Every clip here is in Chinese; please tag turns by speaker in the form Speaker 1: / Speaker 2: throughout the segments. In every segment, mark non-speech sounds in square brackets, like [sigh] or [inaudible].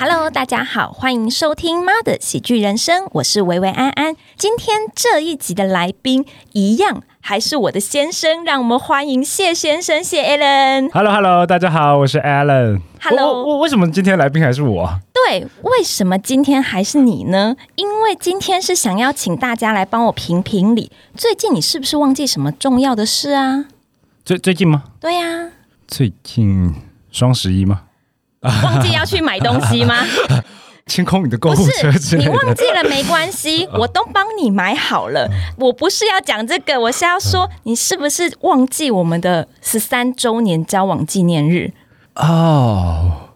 Speaker 1: Hello，大家好，欢迎收听《妈的喜剧人生》，我是维维安安。今天这一集的来宾一样还是我的先生，让我们欢迎谢先生谢 Allen。
Speaker 2: Hello Hello，大家好，我是 Alan。
Speaker 1: Hello
Speaker 2: 我我我为什么今天来宾还是我？
Speaker 1: 对，为什么今天还是你呢？因为今天是想要请大家来帮我评评理，最近你是不是忘记什么重要的事啊？
Speaker 2: 最最近吗？
Speaker 1: 对啊呀、
Speaker 2: 最近双十一吗？
Speaker 1: 忘记要去买东西吗？
Speaker 2: 清空你的购
Speaker 1: 不
Speaker 2: 物车
Speaker 1: 是，
Speaker 2: 之类
Speaker 1: 你忘
Speaker 2: 的。啊
Speaker 1: 记了没关
Speaker 2: [laughs]
Speaker 1: 系，我都帮你买好了。我不是要讲这个，我是要说你是不是忘记我们的十三周年交往纪念日？
Speaker 2: 哦，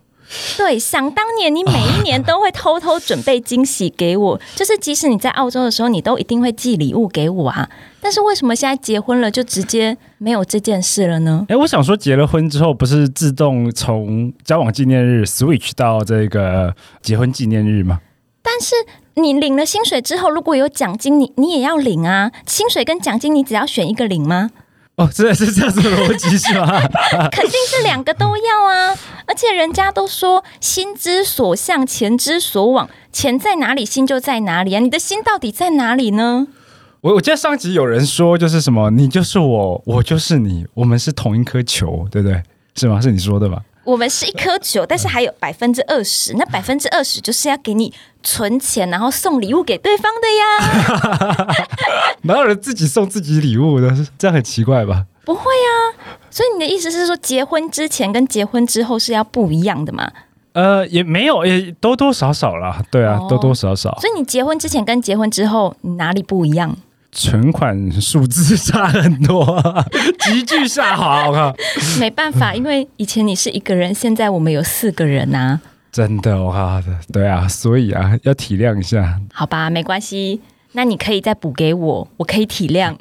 Speaker 1: 对，想当年你每一年都会偷偷准备惊喜给我，就是即使你在澳洲的时候，你都一定会寄礼物给我啊。但是为什么现在结婚了就直接没有这件事了呢？
Speaker 2: 哎，我想说，结了婚之后不是自动从交往纪念日 switch 到这个结婚纪念日吗？
Speaker 1: 但是你领了薪水之后，如果有奖金，你你也要领啊。薪水跟奖金，你只要选一个领吗？
Speaker 2: 哦，真的是这样子的逻辑是吗？
Speaker 1: 肯定是两个都要啊！而且人家都说“心之所向，钱之所往”，钱在哪里，心就在哪里啊！你的心到底在哪里呢？
Speaker 2: [laughs] 我我记得上集有人说，就是什么，你就是我，我就是你，我们是同一颗球，对不对？是吗？是你说的吧？
Speaker 1: 我们是一颗球，但是还有百分之二十，那百分之二十就是要给你存钱，然后送礼物给对方的呀。
Speaker 2: 哪有人自己送自己礼物的？这样很奇怪吧？
Speaker 1: 不会啊，所以你的意思是说，结婚之前跟结婚之后是要不一样的嘛？
Speaker 2: 呃，也没有，也多多少少啦，对啊，
Speaker 1: 哦
Speaker 2: 多多少少，
Speaker 1: 所以你结婚之前跟结婚之后，你哪里不一样？
Speaker 2: 存款数字差很多， [laughs] 急剧下滑，我靠，
Speaker 1: 没办法，因为以前你是一个人，现在我们有四个人啊。
Speaker 2: 真的，我靠，对啊，所以啊，要体谅一下，
Speaker 1: 好吧，没关系。那你可以再补给我，我可以体谅。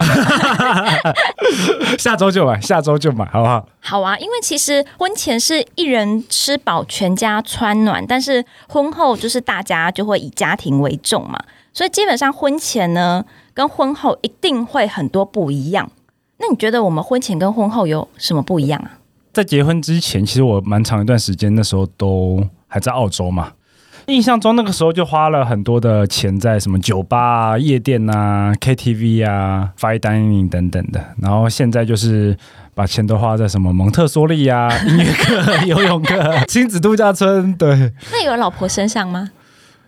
Speaker 1: [laughs]
Speaker 2: 下周就买，下周就买，好不好？
Speaker 1: 好啊，因为其实婚前是一人吃饱全家穿暖，但是婚后就是大家就会以家庭为重嘛，所以基本上婚前呢跟婚后一定会很多不一样。那你觉得我们婚前跟婚后有什么不一样啊？
Speaker 2: 在结婚之前，其实我蛮长一段时间那时候都还在澳洲嘛。印象中那个时候就花了很多的钱在什么酒吧啊、夜店啊、KTV 啊、fine dining 等等的，然后现在就是把钱都花在什么蒙特梭利啊、音乐课、游泳课、亲子度假村。对，
Speaker 1: 那有老婆身上吗？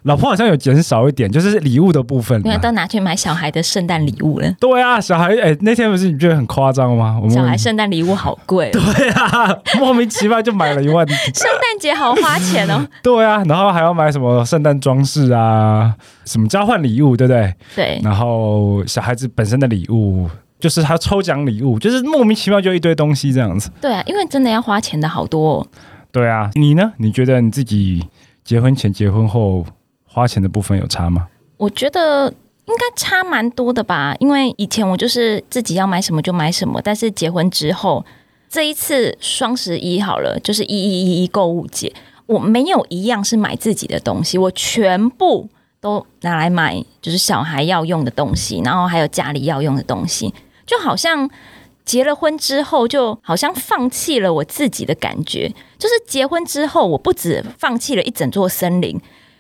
Speaker 2: 老婆好像有减少一点，就是礼物的部分
Speaker 1: 因
Speaker 2: 嘛
Speaker 1: 为。都拿去买小孩的圣诞礼物了，
Speaker 2: 对啊，小孩哎、那天不是你觉得很夸张吗？我们
Speaker 1: 小孩圣诞礼物好贵、哦，
Speaker 2: 嗯对啊， [laughs] 莫名其妙就买了一万
Speaker 1: 圣诞节好花钱哦。
Speaker 2: 对啊，然后还要买什么圣诞装饰啊，什么交换礼物，对不对？
Speaker 1: 对，
Speaker 2: 然后小孩子本身的礼物，就是他抽奖礼物，就是莫名其妙就一堆东西这样子。
Speaker 1: 对啊，因为真的要花钱的好多、哦。
Speaker 2: 对啊，你呢？你觉得你自己结婚前、结婚后花钱的部分有差吗？
Speaker 1: 我觉得应该差蛮多的吧，因为以前我就是自己要买什么就买什么，但是结婚之后，这一次双十一好了，就是一一一一购物节，我没有一样是买自己的东西，我全部都拿来买就是小孩要用的东西，然后还有家里要用的东西，就好像。结了婚之后，就好像放弃了我自己的感觉。就是结婚之后，我不止放弃了一整座森林，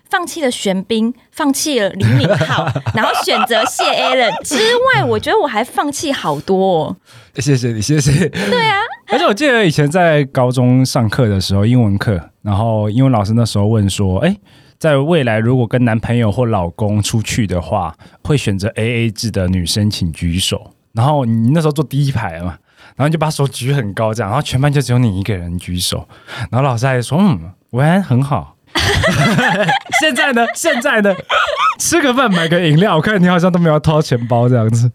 Speaker 1: 放弃了玄彬，放弃了李敏镐， [laughs] 然后选择谢 Allen 之外，我觉得我还放弃好多、哦。
Speaker 2: [laughs] 谢谢你，谢谢。
Speaker 1: 对啊，
Speaker 2: 而且我记得以前在高中上课的时候，英文课，然后英文老师那时候问说：“哎，在未来如果跟男朋友或老公出去的话，会选择 A A 制的女生请举手。”然后你那时候坐第一排嘛，然后你就把手举很高这样，然后全班就只有你一个人举手，然后老师还说：“嗯，文安很好。” [laughs] 现在呢？现在呢？吃个饭买个饮料，我看你好像都没有掏钱包这样子。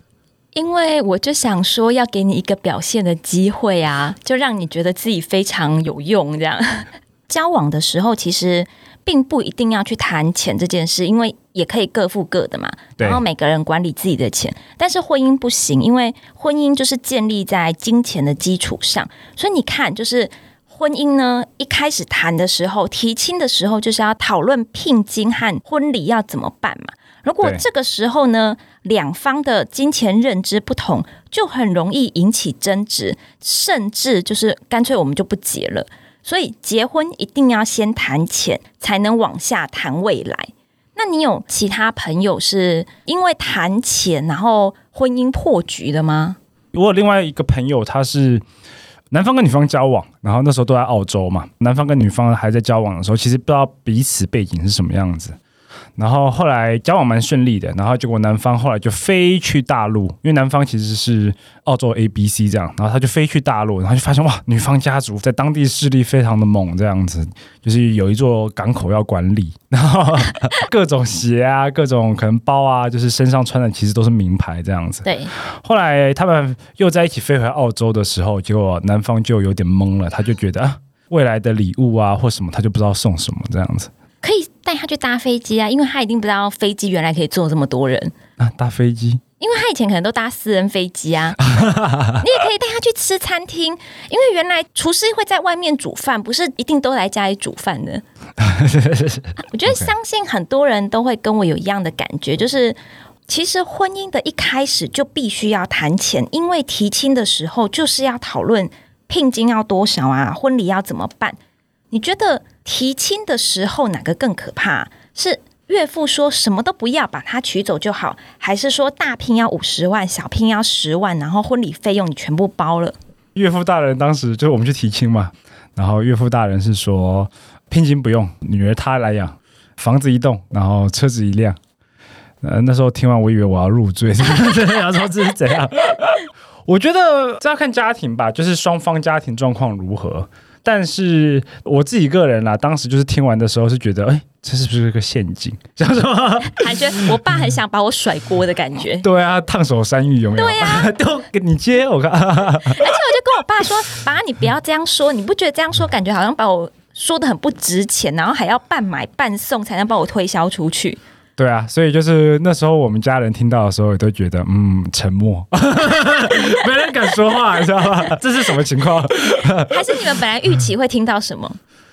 Speaker 1: 因为我就想说要给你一个表现的机会啊，就让你觉得自己非常有用。这样 [laughs] 交往的时候，其实并不一定要去谈钱这件事，因为也可以各付各的嘛。
Speaker 2: 对
Speaker 1: 然后每个人管理自己的钱，但是婚姻不行，因为婚姻就是建立在金钱的基础上。所以你看，就是婚姻呢，一开始谈的时候，提亲的时候就是要讨论聘金和婚礼要怎么办嘛。如果
Speaker 2: 对
Speaker 1: 这个时候呢，两方的金钱认知不同，就很容易引起争执，甚至就是干脆我们就不结了。所以结婚一定要先谈钱，才能往下谈未来。那你有其他朋友是因为谈钱然后婚姻破局的吗？
Speaker 2: 我有另外一个朋友，他是男方跟女方交往，然后那时候都在澳洲嘛，男方跟女方还在交往的时候，其实不知道彼此背景是什么样子。然后后来交往蛮顺利的，然后结果男方后来就飞去大陆，因为男方其实是澳洲 A B C 这样，然后他就飞去大陆，然后就发现哇，女方家族在当地势力非常的猛，这样子就是有一座港口要管理，然后各种鞋啊，各种可能包啊，就是身上穿的其实都是名牌这样子。
Speaker 1: 对，
Speaker 2: 后来他们又在一起飞回澳洲的时候，结果男方就有点懵了，他就觉得啊，未来的礼物啊或什么，他就不知道送什么这样子
Speaker 1: 可以带他去搭飞机啊，因为他一定不知道飞机原来可以坐这么多人。
Speaker 2: 啊。搭飞机
Speaker 1: 因为他以前可能都搭私人飞机啊，你也可以带他去吃餐厅，因为原来厨师会在外面煮饭，不是一定都来家里煮饭的。我觉得
Speaker 2: OK
Speaker 1: 相信很多人都会跟我有一样的感觉，就是其实婚姻的一开始就必须要谈钱，因为提亲的时候就是要讨论聘金要多少啊，婚礼要怎么办。你觉得提亲的时候哪个更可怕？是岳父说什么都不要，把他娶走就好，还是说大聘要五十万，小聘要十万，然后婚礼费用你全部包了？
Speaker 2: 岳父大人当时就是我们去提亲嘛，然后岳父大人是说聘金不用，女儿他来养，房子一栋，然后车子一辆。呃，那时候听完我以为我要入赘， [laughs] 然后说这是怎样？我觉得这要看家庭吧，就是双方家庭状况如何。但是我自己个人啦，当时就是听完的时候是觉得，哎、这是不是个陷阱？想说，。
Speaker 1: 感觉得我爸很想把我甩锅的感觉
Speaker 2: 对啊，烫手山芋有没有？
Speaker 1: 对
Speaker 2: 啊， [laughs] 都给你接，我看。
Speaker 1: 而且我就跟我爸说：“爸，你不要这样说，你不觉得这样说感觉好像把我说的很不值钱，然后还要半买半送才能把我推销出去？
Speaker 2: 对啊，所以就是那时候我们家人听到的时候，也都觉得嗯，沉默，没人敢说话，你知道吗？这是什么情况？
Speaker 1: 还是你们本来预期会听到什么？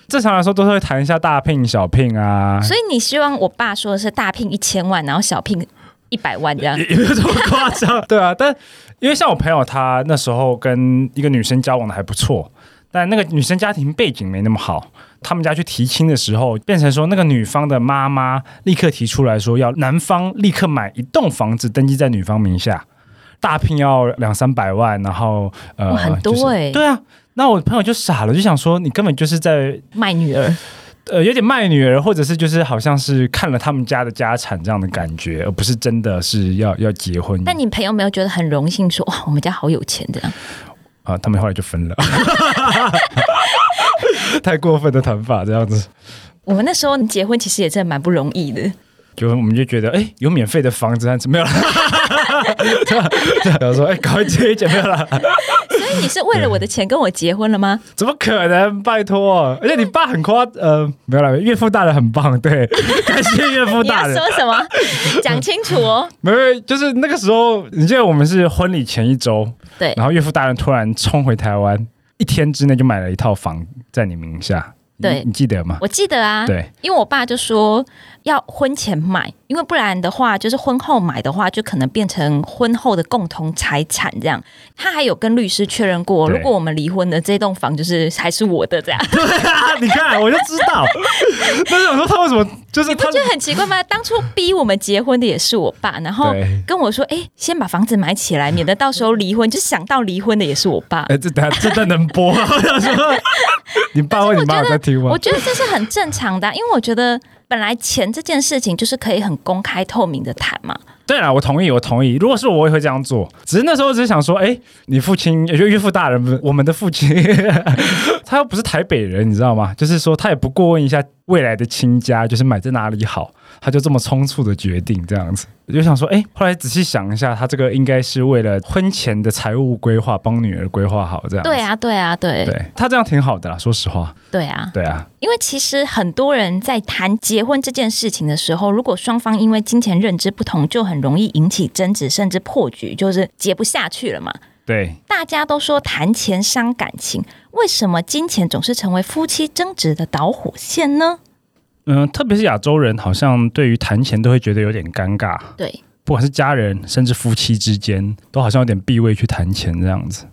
Speaker 2: 正常来说都是会谈一下大聘、小聘啊，
Speaker 1: 所以你希望我爸说的是大聘一千万，然后小聘一百万这样
Speaker 2: 也？ [laughs] 也没有这么夸张， [laughs] 对啊。但因为像我朋友，他那时候跟一个女生交往的还不错，但那个女生家庭背景没那么好。他们家去提亲的时候，变成说那个女方的妈妈立刻提出来说，要男方立刻买一栋房子登记在女方名下，大聘要两三百万，然后呃，
Speaker 1: 哇很多
Speaker 2: 就是
Speaker 1: 欸
Speaker 2: 对啊。那我朋友就傻了，就想说你根本就是在
Speaker 1: 卖女儿？
Speaker 2: 呃，有点卖女儿，或者是就是好像是看了他们家的家产这样的感觉，而不是真的是要要结婚。
Speaker 1: 但你朋友没有觉得很荣幸说哇，我们家好有钱这样？
Speaker 2: 啊、他们后来就分了， [laughs] 太过分的谈法这样子，
Speaker 1: 我们那时候结婚其实也真的蛮不容易的。
Speaker 2: 就我们就觉得，哎、有免费的房子，但啊是没有 [laughs] 了，然后说，哎、赶快结一结，没有了，
Speaker 1: 所以你是为了我的钱跟我结婚了
Speaker 2: [laughs]
Speaker 1: 吗？
Speaker 2: 怎么可能？拜托，而且你爸很夸，呃，没有了，岳父大人很棒，对， [laughs] 感谢岳父
Speaker 1: 你要
Speaker 2: 大人。
Speaker 1: 说什
Speaker 2: [laughs]
Speaker 1: 么？讲清楚哦。
Speaker 2: 没有，就是那个时候，你记得我们是婚礼前一周，
Speaker 1: 对
Speaker 2: 然后岳父大人突然冲回台湾，一天之内就买了一套房在你名下，你
Speaker 1: 对
Speaker 2: 你记得吗？
Speaker 1: 我记得啊，
Speaker 2: 对，
Speaker 1: 因为我爸就说要婚前买，因为不然的话，就是婚后买的话，就可能变成婚后的共同财产这样。他还有跟律师确认过，
Speaker 2: 对
Speaker 1: 如果我们离婚的这栋房就是还是我的这样，
Speaker 2: 啊！你看，我就知道。
Speaker 1: [laughs]
Speaker 2: 但是我说他为什么，就是他
Speaker 1: 不觉得很奇怪吗？当初逼我们结婚的也是我爸，然后
Speaker 2: 对
Speaker 1: 跟我说：“哎、先把房子买起来，免得到时候离婚。”就想到离婚的也是我爸。
Speaker 2: 哎，这等下这段能播？啊我想说，你爸或你妈有在听吗
Speaker 1: 我？觉得这是很正常的啊、因为我觉得本来钱这件事情就是可以很公开透明的谈嘛。
Speaker 2: 对啊啦，我同意，我同意。如果是我，也会这样做。只是那时候只是想说，哎，你父亲，也就岳父大人，不是我们的父亲， [laughs] 他又不是台北人，你知道吗？就是说，他也不过问一下未来的亲家，就是买在哪里好，他就这么匆促的决定这样子。我就想说，哎，后来仔细想一下，他这个应该是为了婚前的财务规划，帮女儿规划好这样子。
Speaker 1: 对啊，对啊，对
Speaker 2: 对他这样挺好的啦，说实话，
Speaker 1: 对啊，
Speaker 2: 对啊，
Speaker 1: 因为其实很多人在谈结婚这件事情的时候，如果双方因为金钱认知不同，就很容易引起争执，甚至破局，就是结不下去了嘛。
Speaker 2: 对，
Speaker 1: 大家都说谈钱伤感情，为什么金钱总是成为夫妻争执的导火线呢？
Speaker 2: 嗯、特别是亚洲人，好像对于谈钱都会觉得有点尴尬，
Speaker 1: 对，
Speaker 2: 不管是家人甚至夫妻之间，都好像有点避讳去谈钱这样子。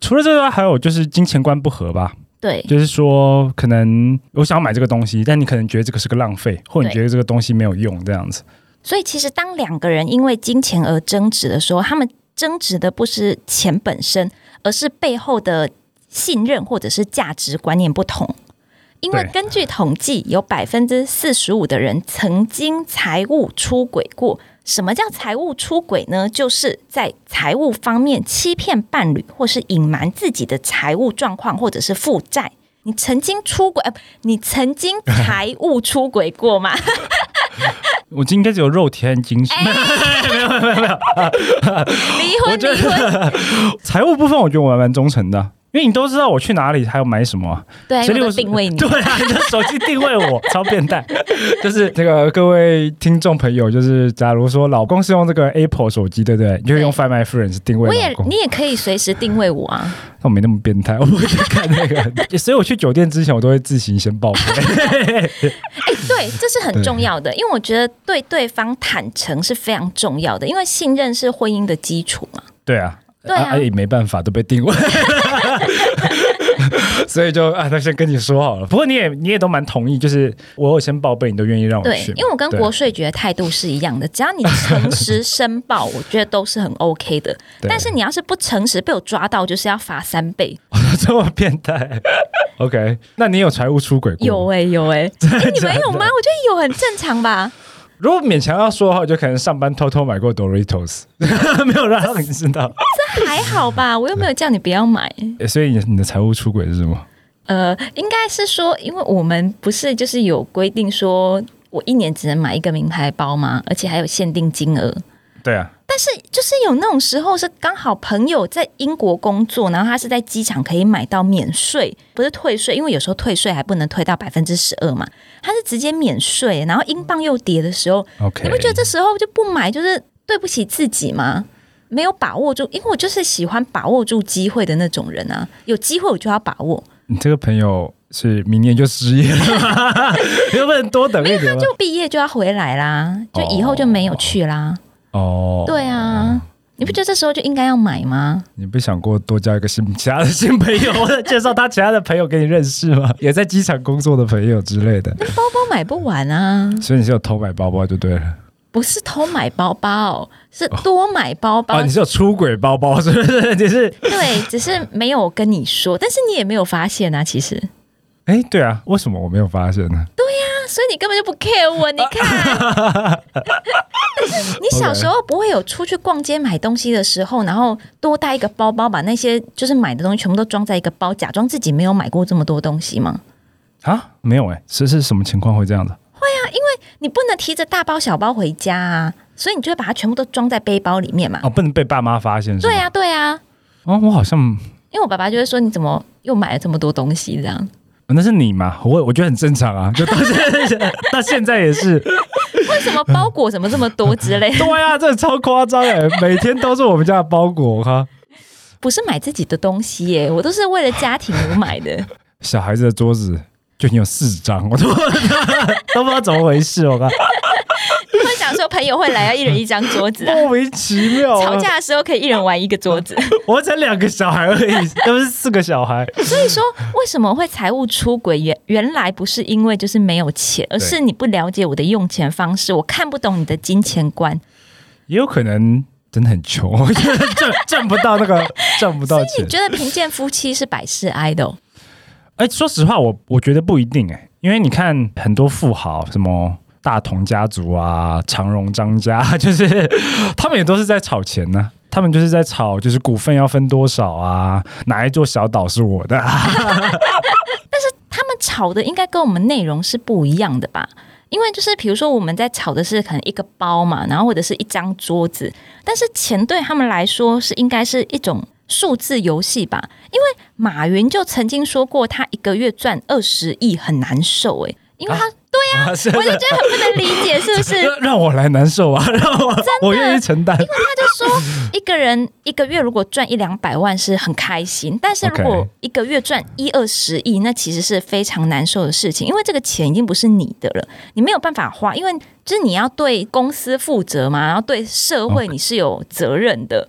Speaker 2: 除了这个，还有就是金钱观不合吧。
Speaker 1: 对
Speaker 2: 就是说，可能我想要买这个东西，但你可能觉得这个是个浪费，或你
Speaker 1: 对
Speaker 2: 觉得这个东西没有用，这样子。
Speaker 1: 所以其实当两个人因为金钱而争执的时候，他们争执的不是钱本身，而是背后的信任或者是价值观念不同。因为
Speaker 2: 对
Speaker 1: 根据统计，有百分之四十五的人曾经财务出轨过。什么叫财务出轨呢？就是在财务方面欺骗伴侣，或是隐瞒自己的财务状况，或者是负债。你曾经出轨，呃不你曾经财务出轨过吗？ [laughs]
Speaker 2: 我应该只有肉体和精神。
Speaker 1: 离
Speaker 2: 我
Speaker 1: 婚，
Speaker 2: 觉得
Speaker 1: 离婚，
Speaker 2: [laughs] 财务部分，我觉得我还蛮忠诚的，因为你都知道我去哪里，还要买什么啊、
Speaker 1: 对，
Speaker 2: 所以
Speaker 1: 我
Speaker 2: 我
Speaker 1: 都定位你。
Speaker 2: 对啊，你的手机定位 [laughs] 我，超变态。就是这个各位听众朋友，就是假如说老公是用这个 Apple 手机，对不对？你就用 Find My Friends 定位
Speaker 1: 我也
Speaker 2: 老公
Speaker 1: 你。也可以随时定位我啊，
Speaker 2: [laughs] 但我没那么变态，我不会去看那 [laughs] 个。所以我去酒店之前，我都会自行先 [laughs] 报备。
Speaker 1: 哎、对，这是很重要的，因为我觉得对对方坦诚是非常重要的，因为信任是婚姻的基础嘛。
Speaker 2: 对啊，
Speaker 1: 对啊
Speaker 2: 也没办法，都被定 [laughs] 位。所以就啊，那先跟你说好了。不过你也你也都蛮同意，就是我有先报备，你都愿意让我
Speaker 1: 对
Speaker 2: 去嘛。，
Speaker 1: 因为我跟
Speaker 2: 哦对
Speaker 1: 国税局的态度是一样的，只要你诚实申
Speaker 2: [laughs]
Speaker 1: 报，我觉得都是很 OK 的。
Speaker 2: 对
Speaker 1: 但是你要是不诚实被我抓到，就是要罚三倍。
Speaker 2: [laughs] 这么变态。OK，那你有财务出轨过吗？
Speaker 1: 有哎、有
Speaker 2: [laughs]
Speaker 1: 哎、哎、你们有吗？我觉得有很正常吧。
Speaker 2: 如果勉强要说的话，我就可能上班偷偷买过 Doritos，没 [laughs] 有让你知道。
Speaker 1: 还好吧，我又没有叫你不要买。
Speaker 2: 诶所以你你的财务出轨是什么？
Speaker 1: 呃，应该是说，因为我们不是就是有规定说，我一年只能买一个名牌包吗？而且还有限定金额。
Speaker 2: 对啊，
Speaker 1: 但是就是有那种时候是刚好朋友在英国工作，然后他是在机场可以买到免税，不是退税，因为有时候退税还不能退到百分之十二嘛，他是直接免税，然后英镑又跌的时候，
Speaker 2: OK
Speaker 1: 你不觉得这时候就不买就是对不起自己吗？没有把握住，因为我就是喜欢把握住机会的那种人啊，有机会我就要把握。
Speaker 2: 你这个朋友是明年就失业了吗， [laughs] 能不能多等一点吗？
Speaker 1: 就毕业就要回来啦，就以后就没有去啦。
Speaker 2: 哦，
Speaker 1: 对啊，你不觉得这时候就应该要买吗？
Speaker 2: 你不想过多交一个新其他的新朋 [laughs] 友，或者介绍他其他的朋友给你认识吗？也在机场工作的朋友之类的，
Speaker 1: 包包买不完啊，
Speaker 2: 所以你是有偷买包包就对了。
Speaker 1: 不是偷买包包，是多买包包。
Speaker 2: 哦，你是有出轨包包是不 [laughs] 是？你是
Speaker 1: 对，只是没有跟你说，但是你也没有发现啊，其实。
Speaker 2: 哎，对啊，为什么我没有发现呢？
Speaker 1: 啊所以你根本就不 care 我，你
Speaker 2: [laughs]
Speaker 1: 看。但是你小时候不会有出去逛街买东西的时候，然后多带一个包包，把那些就是买的东西全部都装在一个包，假装自己没有买过这么多东西吗？
Speaker 2: 啊，没有哎、是是什么情况会这样的？
Speaker 1: 你不能提着大包小包回家啊，所以你就会把它全部都装在背包里面嘛。
Speaker 2: 哦，不能被爸妈发现是吗？
Speaker 1: 对啊，对啊，
Speaker 2: 哦，我好像
Speaker 1: 因为我爸爸就会说你怎么又买了这么多东西这样？
Speaker 2: 那是你嘛，我我觉得很正常啊，就到现在 [laughs] 到现在也是，？
Speaker 1: 为什么包裹怎么这么多之类
Speaker 2: 对啊，这超夸张哎，每天都是我们家的包裹哈。
Speaker 1: [laughs] 不是买自己的东西耶，我都是为了家庭而买的。
Speaker 2: 小孩子的桌子就已经有四张，我都都不知道 [laughs] 怎么回事，我靠，
Speaker 1: 因为想说朋友会来，要一人一张桌子
Speaker 2: [laughs]
Speaker 1: 啊。
Speaker 2: 莫名其妙、啊。
Speaker 1: 吵，架的时候可以一人玩一个桌子，
Speaker 2: 我才两个小孩而已，又不是四个小孩。
Speaker 1: 所以说为什么会财务出轨？原原来不是因为就是没有钱，而是你不了解我的用钱方式，我看不懂你的金钱观，
Speaker 2: 也有可能真的很穷，我觉得赚赚不到那个赚不到钱
Speaker 1: 你。觉得贫贱夫妻是百事哀的哦、
Speaker 2: 哎、说实话，我我觉得不一定哎、因为你看很多富豪，什么大同家族啊、长荣张家， [laughs] 就是他们也都是在炒钱呢、他们就是在炒，就是股份要分多少啊，哪一座小岛是我的、啊？
Speaker 1: 他们炒的应该跟我们内容是不一样的吧？因为就是比如说我们在炒的是可能一个包嘛，然后或者是一张桌子，但是钱对他们来说是应该是一种数字游戏吧？因为马云就曾经说过，他一个月赚二十亿很难受诶、因为他、对呀、
Speaker 2: 是
Speaker 1: 啊我就觉得很不能理解，是不是？
Speaker 2: 让让我来难受啊，让我我愿意承担。
Speaker 1: 他就说，一个人一个月如果赚一两百万是很开心，但是如果
Speaker 2: OK
Speaker 1: 一个月赚一二十亿，那其实是非常难受的事情，因为这个钱已经不是你的了，你没有办法花，因为就是你要对公司负责嘛，然后对社会你是有责任的。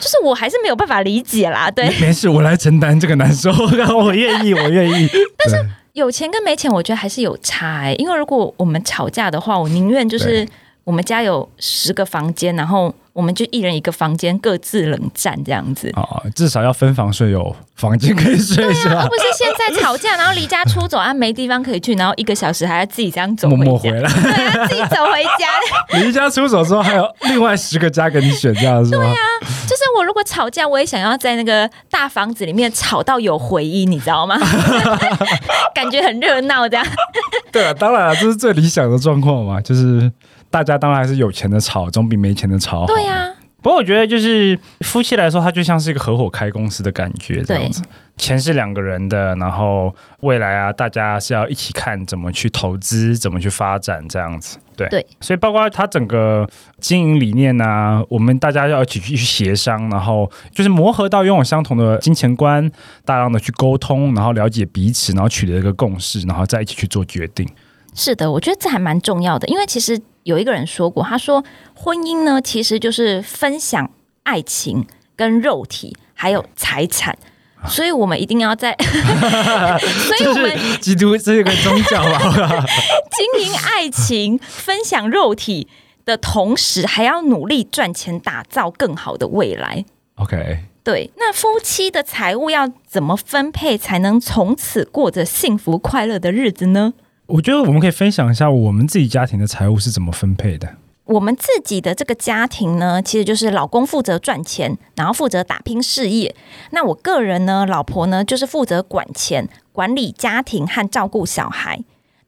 Speaker 1: 就是我还是没有办法理解
Speaker 2: [laughs]
Speaker 1: 啦。对，
Speaker 2: 没事，我来承担这个难受， [laughs] 我愿意，我
Speaker 1: [laughs]
Speaker 2: 愿意。但是
Speaker 1: 有钱跟没钱，我觉得还是有差、欸。因为如果我们吵架的话，我宁愿就是
Speaker 2: 对
Speaker 1: 我们家有十个房间，然后我们就一人一个房间，各自冷战这样子。
Speaker 2: 啊，至少要分房睡，有房间可以睡是
Speaker 1: 而
Speaker 2: 吧
Speaker 1: 不？是现在吵架，然后离家出走啊，没地方可以去，然后一个小时还要自己这样走
Speaker 2: 默
Speaker 1: 回
Speaker 2: 默
Speaker 1: 家
Speaker 2: 回，来，
Speaker 1: 对啊，自己走回
Speaker 2: [laughs]
Speaker 1: 家。
Speaker 2: 离家出走之后还有另外十个家给你选，这样是吗？
Speaker 1: 就是我如果吵架，我也想要在那个大房子里面吵到有回音，你知道
Speaker 2: [laughs]
Speaker 1: 吗？感觉很热闹这样。
Speaker 2: 对啊，当然了，这是最理想的状况嘛，就是大家当然还是有钱的吵，总比没钱的吵好。
Speaker 1: 对啊呀、
Speaker 2: 不过我觉得，就是夫妻来说，它就像是一个合伙开公司的感觉这样子。钱是两个人的，然后未来啊，大家是要一起看怎么去投资，怎么去发展这样子。对，
Speaker 1: 对
Speaker 2: 所以包括它整个经营理念啊，我们大家要一起去协商，然后就是磨合到拥有相同的金钱观，大量的去沟通，然后了解彼此，然后取得一个共识，然后再一起去做决定。
Speaker 1: 是的，我觉得这还蛮重要的，因为其实有一个人说过，他说婚姻呢其实就是分享爱情、跟肉体还有财产，
Speaker 2: 啊
Speaker 1: 所以我们一定要
Speaker 2: [laughs]
Speaker 1: 在，所以
Speaker 2: 这
Speaker 1: 我们
Speaker 2: 是基督这个宗教 [laughs] 吧？
Speaker 1: 经营爱情、分享肉体的同时，还要努力赚钱，打造更好的未来。
Speaker 2: OK，
Speaker 1: 对，那夫妻的财务要怎么分配，才能从此过着幸福快乐的日子呢？
Speaker 2: 我觉得我们可以分享一下我们自己家庭的财务是怎么分配的。
Speaker 1: 我们自己的这个家庭呢，其实就是老公负责赚钱，然后负责打拼事业。那我个人呢，老婆呢就是负责管钱、管理家庭和照顾小孩。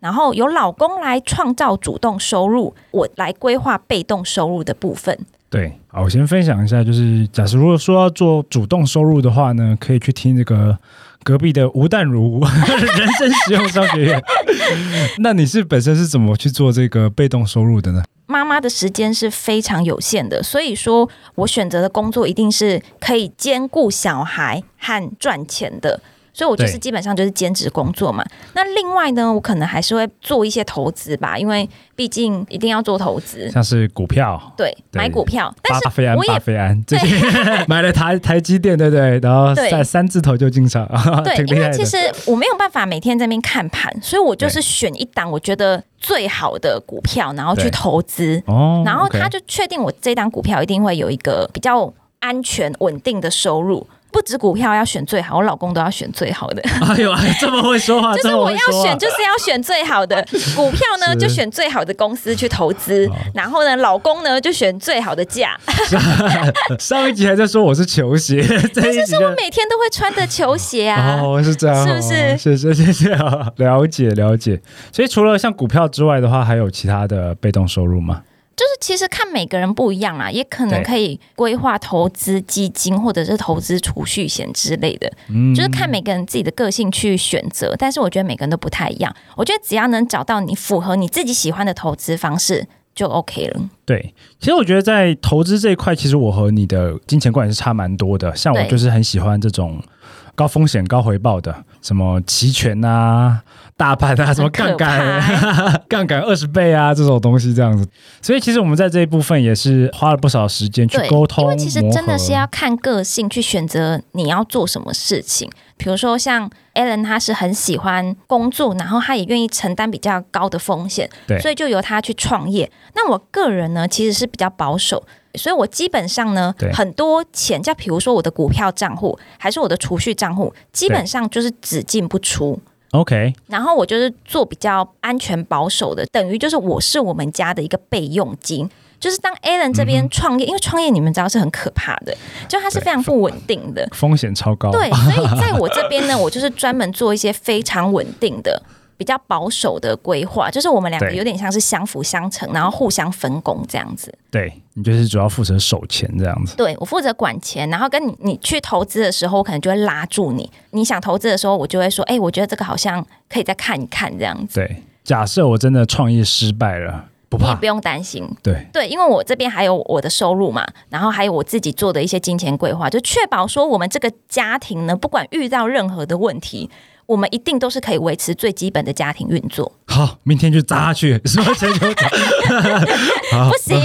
Speaker 1: 然后由老公来创造主动收入，我来规划被动收入的部分。
Speaker 2: 对，好，我先分享一下，就是假设如果说要做主动收入的话呢，可以去听这个隔壁的吴淡如 [laughs] 人生实用商学
Speaker 1: [laughs]
Speaker 2: 院。那你是本身是怎么去做这个被动收入的呢？
Speaker 1: 妈妈的时间是非常有限的，所以说我选择的工作一定是可以兼顾小孩和赚钱的。所以我就是
Speaker 2: 对
Speaker 1: 基本上就是兼职工作嘛。那另外呢，我可能还是会做一些投资吧，因为毕竟一定要做投资，
Speaker 2: 像是股票。
Speaker 1: 对，
Speaker 2: 对
Speaker 1: 买股票。但
Speaker 2: 巴
Speaker 1: 是
Speaker 2: 菲安，
Speaker 1: 我也
Speaker 2: 巴菲安，最近 [laughs] 买了台台积电，对不对？然后
Speaker 1: 对
Speaker 2: 在三字头就进场， [laughs]
Speaker 1: 对，
Speaker 2: 挺
Speaker 1: 因
Speaker 2: 厉害
Speaker 1: 为其
Speaker 2: 的。
Speaker 1: 实我没有办法每天在那边看盘，所以我就是
Speaker 2: 对
Speaker 1: 选一档我觉得最好的股票，然后去
Speaker 2: 对
Speaker 1: 投资。
Speaker 2: 哦，
Speaker 1: 然后
Speaker 2: OK
Speaker 1: 他就确定我这档股票一定会有一个比较安全稳定的收入。不止股票要选最好，我老公都要选最好的，
Speaker 2: [laughs] 哎呦，这么会说话，
Speaker 1: 就
Speaker 2: 这
Speaker 1: 是
Speaker 2: 么
Speaker 1: 我
Speaker 2: 啊会
Speaker 1: 要
Speaker 2: 说话
Speaker 1: 选，就是要选最好
Speaker 2: [laughs]
Speaker 1: 的股票呢，
Speaker 2: 是啊
Speaker 1: 就选最好的公司去投资
Speaker 2: 好，
Speaker 1: 然后呢，老公呢就选最好的
Speaker 2: [laughs]
Speaker 1: 价，
Speaker 2: 上一集还在说我是球
Speaker 1: [laughs]
Speaker 2: 鞋，这一集
Speaker 1: 我
Speaker 2: 就。
Speaker 1: 每天都会穿着球鞋啊，
Speaker 2: 哦，是这样哦，
Speaker 1: 是不
Speaker 2: 是？谢谢谢谢啊，了解了解。所以除了像股票之外的话，还有其他的被动收入吗？
Speaker 1: 就是其实看每个人不一样啦，也可能
Speaker 2: 对
Speaker 1: 可以规划投资基金或者是投资储蓄险之类的，
Speaker 2: 嗯
Speaker 1: 就是看每个人自己的个性去选择，但是我觉得每个人都不太一样。我觉得只要能找到你符合你自己喜欢的投资方式就 OK 了。
Speaker 2: 对，其实我觉得在投资这一块，其实我和你的金钱观也是差蛮多的。像我
Speaker 1: 对
Speaker 2: 就是很喜欢这种高风险高回报的，什么期权啊、大盘啊、什么杠杆、杠杆二十倍啊这种东西这样子。所以其实我们在这一部分也是花了不少时间去
Speaker 1: 对
Speaker 2: 沟，通，
Speaker 1: 因为其实
Speaker 2: 磨
Speaker 1: 真的是
Speaker 2: 合
Speaker 1: 要看个性去选择你要做什么事情。比如说像 Alan，他是很喜欢工作，然后他也愿意承担比较高的风险
Speaker 2: 对，
Speaker 1: 所以就由他去创业。那我个人呢，其实是比较保守。所以我基本上呢
Speaker 2: 对，
Speaker 1: 很多钱，就比如说我的股票账户，还是我的储蓄账户，基
Speaker 2: 对
Speaker 1: 本上就是只进不出。
Speaker 2: OK。
Speaker 1: 然后我就是做比较安全保守的，等于就是我是我们家的一个备用金。就是当 Alan 这边创业，因为创业你们知道是很可怕的，就它是非常不稳定的。
Speaker 2: 风险超高，
Speaker 1: 对，所以在我这边呢，我就是专门做一些非常稳定的、比较保守的规划，就是我们两个
Speaker 2: 对
Speaker 1: 有点像是相辅相成，然后互相分工这样子。
Speaker 2: 对你就是主要负责手钱这样子。
Speaker 1: 对我负责管钱，然后跟你你去投资的时候，我可能就会拉住你。你想投资的时候，我就会说，哎、我觉得这个好像可以再看一看这样子，
Speaker 2: 对，假设我真的创业失败了，不
Speaker 1: 你也
Speaker 2: 怕
Speaker 1: 不，用担心。
Speaker 2: 对
Speaker 1: 对，因为我这边还有我的收入嘛，然后还有我自己做的一些金钱规划，就确保说我们这个家庭呢，不管遇到任何的问题，我们一定都是可以维持最基本的家庭运
Speaker 2: [laughs]
Speaker 1: 作。
Speaker 2: 好，明天就砸下去，说钱就砸，
Speaker 1: 不行，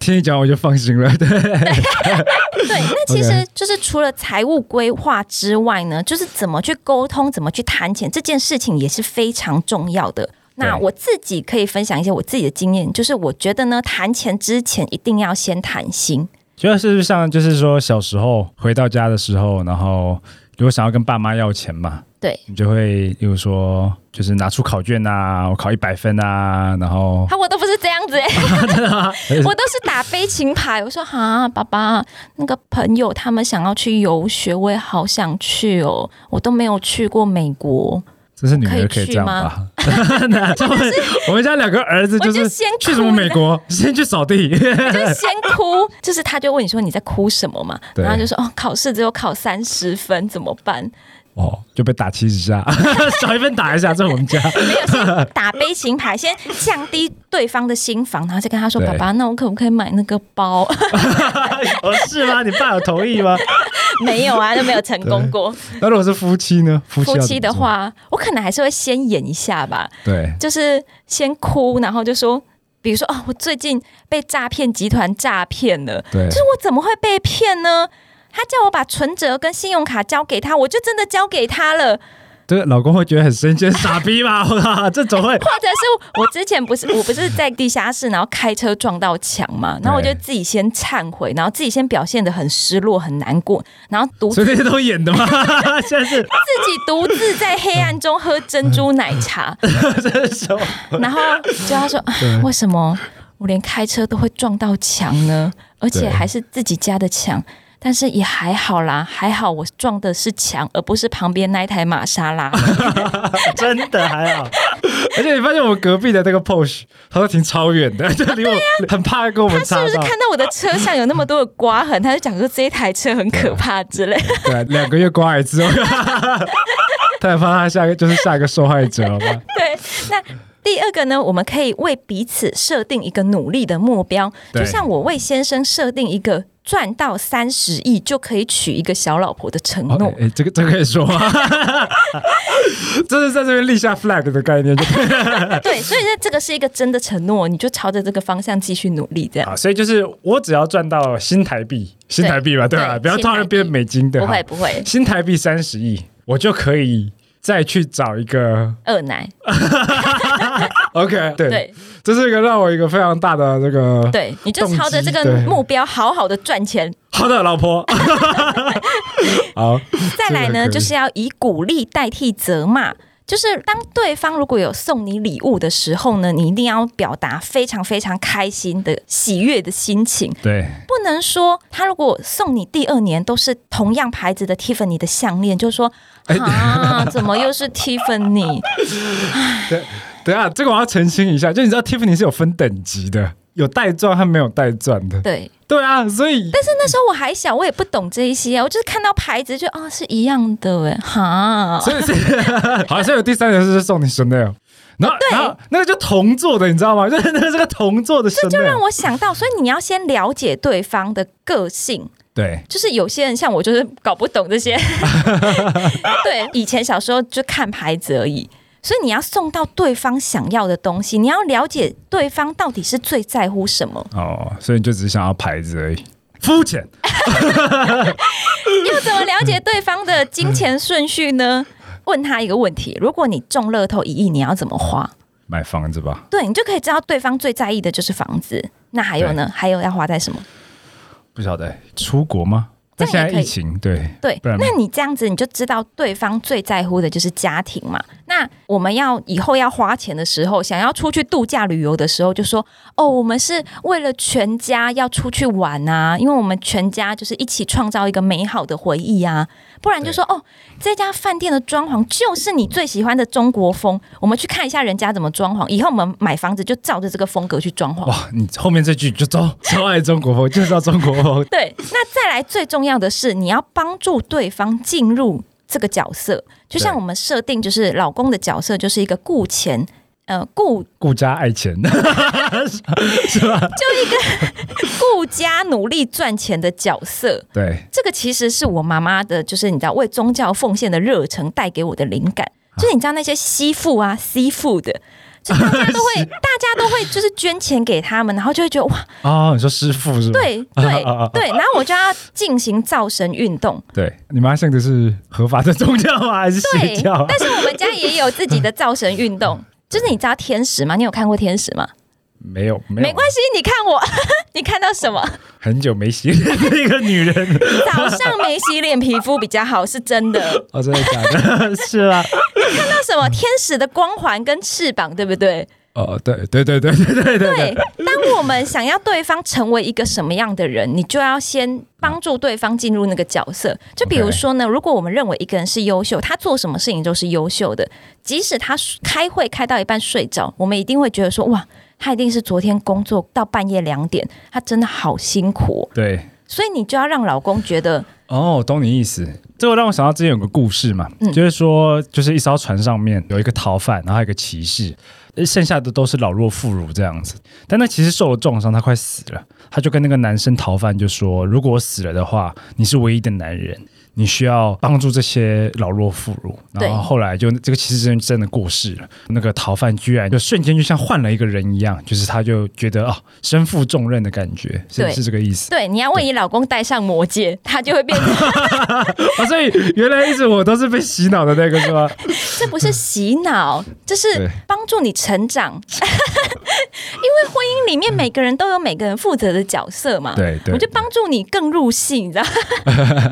Speaker 2: 听你讲我就放心了。对，
Speaker 1: 对，那其
Speaker 2: OK
Speaker 1: 实就是除了财务规划之外呢，就是怎么去沟通、怎么去谈钱这件事情也是非常重要的。那
Speaker 2: 对
Speaker 1: 我自己可以分享一些我自己的经验，就是我觉得呢，谈钱之前一定要先谈心。
Speaker 2: 觉得是不是像就是说小时候回到家的时候，然后如果想要跟爸妈要钱嘛，
Speaker 1: 对
Speaker 2: 你就会，例如说就是拿出考卷啊，我考一百分啊，然后
Speaker 1: 他我都不是这样
Speaker 2: [laughs]
Speaker 1: 子、欸， [laughs] 我都是打悲情牌。我说哈，爸爸，那个朋友他们想要去游学，我也好想去哦，我都没有去过美
Speaker 2: [laughs]
Speaker 1: 国，
Speaker 2: 这是女儿可
Speaker 1: 可
Speaker 2: 以
Speaker 1: 以
Speaker 2: 这
Speaker 1: 去
Speaker 2: 样吧？ [laughs] 那他们我们家两个儿子就
Speaker 1: 我
Speaker 2: 是
Speaker 1: 就先哭
Speaker 2: 去什么美国，先去
Speaker 1: [laughs]
Speaker 2: 扫地，
Speaker 1: 就是先哭，就是他就问你说你在哭什么嘛，
Speaker 2: 对
Speaker 1: 然后就说哦，考试只有考三十分怎么办？
Speaker 2: 哦，就被打七十下， [laughs] 少一分打一下，这是
Speaker 1: [laughs]
Speaker 2: 我们家。
Speaker 1: 没有先打悲情牌，先降低对方的心房，然后再跟他说
Speaker 2: [laughs] 对
Speaker 1: 爸爸，那我可不可以买那个包？ [laughs]
Speaker 2: 有事哦吗？你爸有同意吗？
Speaker 1: 没有啊，就没有成功过。
Speaker 2: 那如果是夫妻呢？夫妻
Speaker 1: 夫
Speaker 2: 要怎么
Speaker 1: 妻的
Speaker 2: 做，
Speaker 1: 话，我可能还是会先演一下吧，
Speaker 2: 对，
Speaker 1: 就是先哭，然后就说。比如说，哦，我最近被诈骗集团诈骗了，
Speaker 2: 对
Speaker 1: 就是我怎么会被骗呢？他叫我把存折跟信用卡交给他，我就真的交给他了。
Speaker 2: 对，老公会觉得很生气，傻逼 [laughs] 吧？这总
Speaker 1: [laughs]
Speaker 2: 会
Speaker 1: 或者是我之前不是我不是在地下室，然后开车撞到墙嘛，然后我就自己先忏悔，然后自己先表现的很失落、很难过，然后独自
Speaker 2: 所以这些都演的吗？ [laughs] 现在是 [laughs]
Speaker 1: 己独自在黑暗中喝珍珠奶茶，
Speaker 2: 这是什么？ [laughs]
Speaker 1: 然后就他说
Speaker 2: 对
Speaker 1: 哎为什么我连开车都会撞到墙呢？而且
Speaker 2: 对
Speaker 1: 还是自己家的墙。但是也还好啦，还好我撞的是墙，而不是旁边那一台玛莎拉。
Speaker 2: 真的还好。而且你发现我隔壁的那个 Porsche，他都停超远的， [laughs] 就离我很怕 [laughs] 跟我们
Speaker 1: 啊是
Speaker 2: 擦
Speaker 1: 不是
Speaker 2: 到
Speaker 1: 看。到我的车上有那么多的刮痕，他就讲说这一台车很可怕之类？ [laughs]
Speaker 2: 对，两个月刮一次。 [laughs] 太怕他下一个就是下一个受害者好吗？
Speaker 1: 对，那第二个呢，我们可以为彼此设定一个努力的目标，
Speaker 2: 对
Speaker 1: 就像我为先生设定一个赚到三十亿就可以娶一个小老婆的承
Speaker 2: 哦，
Speaker 1: 诺。
Speaker 2: 哎、哎这个这个可以说 [laughs] 吗？这是在这边立下 flag 的概念，就 [laughs]
Speaker 1: 对，所以呢，这个是一个真的承诺，你就朝着这个方向继续努力，这样。
Speaker 2: 啊，所以就是我只要赚到新台币，新台币吧，对
Speaker 1: 对
Speaker 2: 吧？不要突然变美金的，
Speaker 1: 不
Speaker 2: 好
Speaker 1: 会不会，
Speaker 2: 新台币三十亿，我就可以再去找一个
Speaker 1: 二奶
Speaker 2: OK，对，
Speaker 1: 对
Speaker 2: 这是一个让我一个非常大的这个
Speaker 1: 对，你就朝着这
Speaker 2: 动
Speaker 1: 个
Speaker 2: 机对
Speaker 1: 目标好好的赚钱。
Speaker 2: 好的
Speaker 1: [laughs]
Speaker 2: 老婆，好，
Speaker 1: 再来
Speaker 2: 这个可
Speaker 1: 呢，
Speaker 2: 以
Speaker 1: 就是要以鼓励代替责骂。就是当对方如果有送你礼物的时候呢，你一定要表达非常非常开心的喜悦的心情，
Speaker 2: 对
Speaker 1: 不能说他如果送你第二年都是同样牌子的 Tiffany 的项链，就说
Speaker 2: 哎 [laughs]
Speaker 1: 啊，怎么又是 Tiffany？
Speaker 2: 对，等一下这个我要澄清一下，就你知道 Tiffany 是有分等级的，有带钻和没有带钻的，
Speaker 1: 对，
Speaker 2: 对啊，所以
Speaker 1: 但是那时候我还小，我也不懂这一些啊，我就是看到牌子就啊是一样的哎，哈，
Speaker 2: 所以是
Speaker 1: [laughs]
Speaker 2: 好像有第三个是送你 Chanel。然后，然后那个就同做的，你知道吗？就是那个是个同做的 Chanel。
Speaker 1: 就让我想到，所以你要先了解对方的个性，
Speaker 2: 对，
Speaker 1: 就是有些人像我，就是搞不懂这
Speaker 2: [laughs]
Speaker 1: 些。对，以前小时候就看牌子而已，所以你要送到对方想要的东西，你要了解对方到底是最在乎什么，
Speaker 2: 哦，所以你就只是想要牌子而已，肤浅。
Speaker 1: 要怎么了解对方的金钱顺序呢？问他一个问题：如果你中乐透一亿，你要怎么花？
Speaker 2: 买房子吧，
Speaker 1: 对你就可以知道对方最在意的就是房子。那还有呢？还有要花在什么？
Speaker 2: 不晓得出国吗？
Speaker 1: 这
Speaker 2: 那
Speaker 1: 样也
Speaker 2: 现在
Speaker 1: 可以
Speaker 2: 疫情，对
Speaker 1: 对，
Speaker 2: 不然
Speaker 1: 那你这样子你就知道对方最在乎的就是家庭嘛。那我们要以后要花钱的时候，想要出去度假旅游的时候，就说哦，我们是为了全家要出去玩啊，因为我们全家就是一起创造一个美好的回忆啊。不然就说哦，这家饭店的装潢就是你最喜欢的中国风，我们去看一下人家怎么装潢，以后我们买房子就照着这个风格去装潢。。
Speaker 2: 哇，哦你后面这句就 [laughs] 超超爱中国风，就是要中国风
Speaker 1: 对，那再来最重要的是，你要帮助对方进入这个角色，就像
Speaker 2: 对
Speaker 1: 我们设定，就是老公的角色就是一个顾前。呃，顾
Speaker 2: 顾家爱钱， [laughs]
Speaker 1: 顾家努力赚钱的角色，
Speaker 2: 对
Speaker 1: 这个其实是我妈妈的，就是你知道为宗教奉献的热忱带给我的灵感。就是你知道那些吸附啊、吸附的，就大家都会，大家都会就是捐钱给他们，然后就会觉得哇，
Speaker 2: 哦，你说师傅是吧？
Speaker 1: 对对对，然后我就要进行造神运动。
Speaker 2: 对，你妈信的是合法的宗教吗？还是邪
Speaker 1: 对，
Speaker 2: 教 [laughs] 啊？
Speaker 1: 但是我们家也有自己的造神运
Speaker 2: [laughs]
Speaker 1: 动，就是你知道天使吗？你有看过天使吗？
Speaker 2: 没有，没有，
Speaker 1: 没关系，你看我， [laughs] 你看到
Speaker 2: [laughs]
Speaker 1: 什么？
Speaker 2: 很久没洗 [laughs] 脸的一个女人，
Speaker 1: [laughs] 早上没洗脸，皮肤比较好，是真的。
Speaker 2: 哦，真的假
Speaker 1: [laughs]
Speaker 2: 的？是啊，
Speaker 1: 看到什么？天使的光环跟翅膀，对不对？
Speaker 2: 哦，对对对对对对对
Speaker 1: 对，当我们想要对方成为一个什么样的人，你就要先帮助对方进入那个角色。就比如说呢，如果我们认为一个人是优秀，他做什么事情都是优秀的，即使他开会开到一半睡着，我们一定会觉得说，哇，他一定是昨天工作到半夜两点，他真的好辛苦哦。
Speaker 2: 对。
Speaker 1: 所以你就要让老公觉得，
Speaker 2: 哦，懂你意思。这个让我想到之前有个故事嘛，
Speaker 1: 嗯
Speaker 2: 就是说，就是一艘船上面有一个逃犯，然后还有一个骑士，呃剩下的都是老弱妇孺这样子。但那骑士受了重伤，他快死了，他就跟那个男生逃犯就说：“如果我死了的话，你是唯一的男人，你需要帮助这些老弱妇孺。”
Speaker 1: 对
Speaker 2: 然后后来就这个骑士真真的过世了，那个逃犯居然就瞬间就像换了一个人一样，就是他就觉得哦，身负重任的感觉，是
Speaker 1: 对
Speaker 2: 是这个意思。
Speaker 1: 对，你要为你老公戴上魔戒，他就会变成
Speaker 2: [laughs] 啊，所以原来一直我都是被洗脑的那个是
Speaker 1: [laughs]
Speaker 2: 吧？
Speaker 1: 这不是洗脑，这
Speaker 2: 对
Speaker 1: 是帮助你成长。 [laughs] 因为婚姻里面每个人都有每个人负责的角色嘛，
Speaker 2: 对对
Speaker 1: 我就帮助你更入戏，你知道。 [laughs]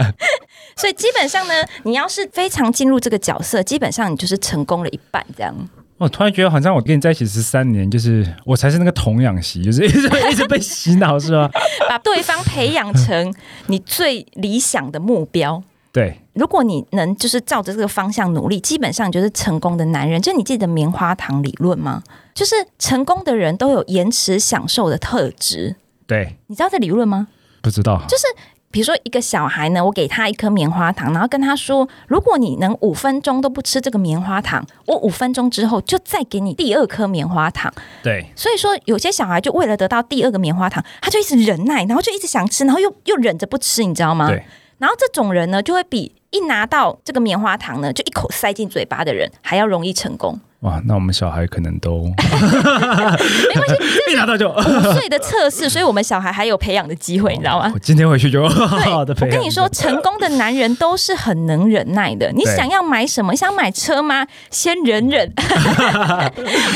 Speaker 1: 所以基本上呢，你要是非常进入这个角色，基本上你就是成功了一半这样。
Speaker 2: 我哦突然觉得好像我跟你在一起十三年，就是我才是那个童养媳，就是一直 [laughs] 一直被洗脑是吧？
Speaker 1: 把对方培养成你最理想的目标。
Speaker 2: 对，
Speaker 1: 如果你能就是照着这个方向努力，基本上你就是成功的男人。就你记得棉花糖理论吗？就是成功的人都有延迟享受的特质，
Speaker 2: 对，
Speaker 1: 你知道这理论吗？
Speaker 2: 不知道，
Speaker 1: 就是比如说一个小孩呢，我给他一颗棉花糖，然后跟他说，如果你能五分钟都不吃这个棉花糖，我五分钟之后就再给你第二颗棉花糖。
Speaker 2: 对
Speaker 1: 所以说，有些小孩就为了得到第二个棉花糖，他就一直忍耐，然后就一直想吃，然后又又忍着不吃，你知道吗？
Speaker 2: 对，
Speaker 1: 然后这种人呢，就会比一拿到这个棉花糖呢，就一口塞进嘴巴的人还要容易成
Speaker 2: [laughs]
Speaker 1: 功。
Speaker 2: 哇，那我们小孩可能都
Speaker 1: 没
Speaker 2: [laughs]
Speaker 1: 关系，啊
Speaker 2: 一拿到就，
Speaker 1: 五岁的测试，所以我们小孩还有培养的机会，你知道吗？
Speaker 2: 我哦今天回去就好 [laughs] 好的
Speaker 1: 我
Speaker 2: 培养。
Speaker 1: 跟你
Speaker 2: [laughs]
Speaker 1: 说，，成功的男人都是很能忍耐的。你
Speaker 2: 对
Speaker 1: 想要买什么？你想买车吗？先忍
Speaker 2: [laughs]
Speaker 1: 忍。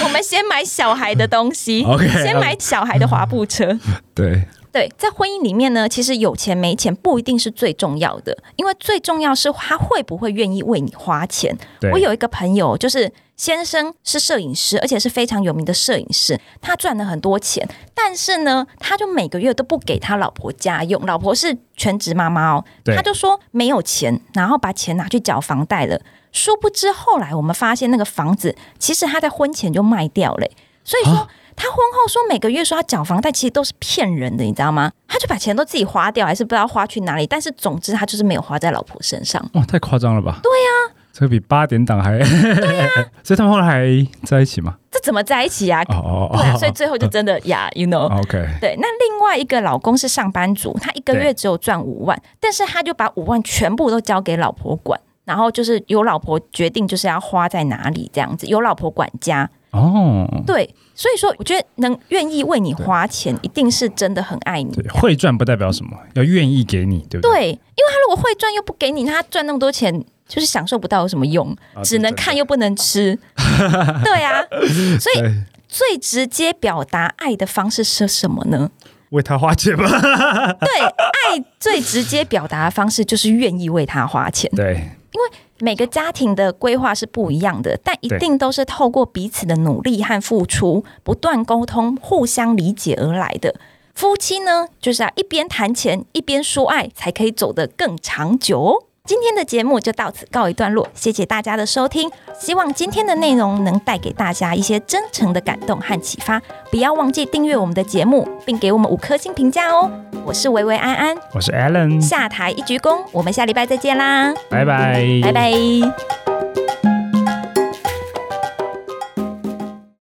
Speaker 1: 我们先买小孩的东西
Speaker 2: [laughs] OK，
Speaker 1: 先买小孩的滑步车。
Speaker 2: 对
Speaker 1: 对，在婚姻里面呢，其实有钱没钱不一定是最重要的，因为最重要是他会不会愿意为你花钱。
Speaker 2: 对，
Speaker 1: 我有一个朋友，就是先生是摄影师，而且是非常有名的摄影师，他赚了很多钱，但是呢，他就每个月都不给他老婆家用，老婆是全职妈妈哦，
Speaker 2: 对
Speaker 1: 他就说没有钱，然后把钱拿去缴房贷了。殊不知后来我们发现那个房子，其实他在婚前就卖掉了欸、所以
Speaker 2: 啊
Speaker 1: 说。他婚后说每个月说要缴房贷，其实都是骗人的，你知道吗？他就把钱都自己花掉，还是不知道花去哪里。但是总之，他就是没有花在老婆身上。
Speaker 2: 哇，太夸张了吧？对
Speaker 1: 啊
Speaker 2: 呀、这个比八点档还，对呀、 [laughs] 所以他们后来还在一起吗？
Speaker 1: 这怎么在一起啊？
Speaker 2: 哦哦哦，
Speaker 1: 对啊，所以最后就真
Speaker 2: [laughs]
Speaker 1: 的呀、y o u know，、
Speaker 2: 哦 OK，
Speaker 1: 对。那另外一个老公是上班族，他一个
Speaker 2: 对
Speaker 1: 月只有赚五万，但是他就把五万全部都交给老婆管，然后就是由老婆决定就是要花在哪里这样子，由老婆管家。
Speaker 2: 哦，
Speaker 1: 对，所以说我觉得能愿意为你花钱，一定是真的很爱你。
Speaker 2: 对，会赚不代表什么，要愿意给你，对不对？
Speaker 1: 对，因为他如果会赚又不给你，那他赚那么多钱就是享受不到有什么用，
Speaker 2: 啊
Speaker 1: 只能看又不能吃。对啊，所以
Speaker 2: [laughs] 对，
Speaker 1: 最直接表达爱的方式是什么呢？
Speaker 2: 为他花钱吧。
Speaker 1: 对，爱最直接表达的方式就是愿意为他花钱。
Speaker 2: 对，
Speaker 1: 每个家庭的规划是不一样的，但一定都是透过彼此的努力和付出，不断沟通、互相理解而来的。夫妻呢，就是啊，一边谈钱，一边说爱，才可以走得更长久哦。今天的节目就到此告一段落，谢谢大家的收听。希望今天的内容能带给大家一些真诚的感动和启发。不要忘记订阅我们的节目，并给我们五颗星评价哦。我是维维安安，
Speaker 2: 我是 Alan，
Speaker 1: 下台一鞠躬，我们下礼拜再见啦，
Speaker 2: 拜拜，
Speaker 1: 拜拜。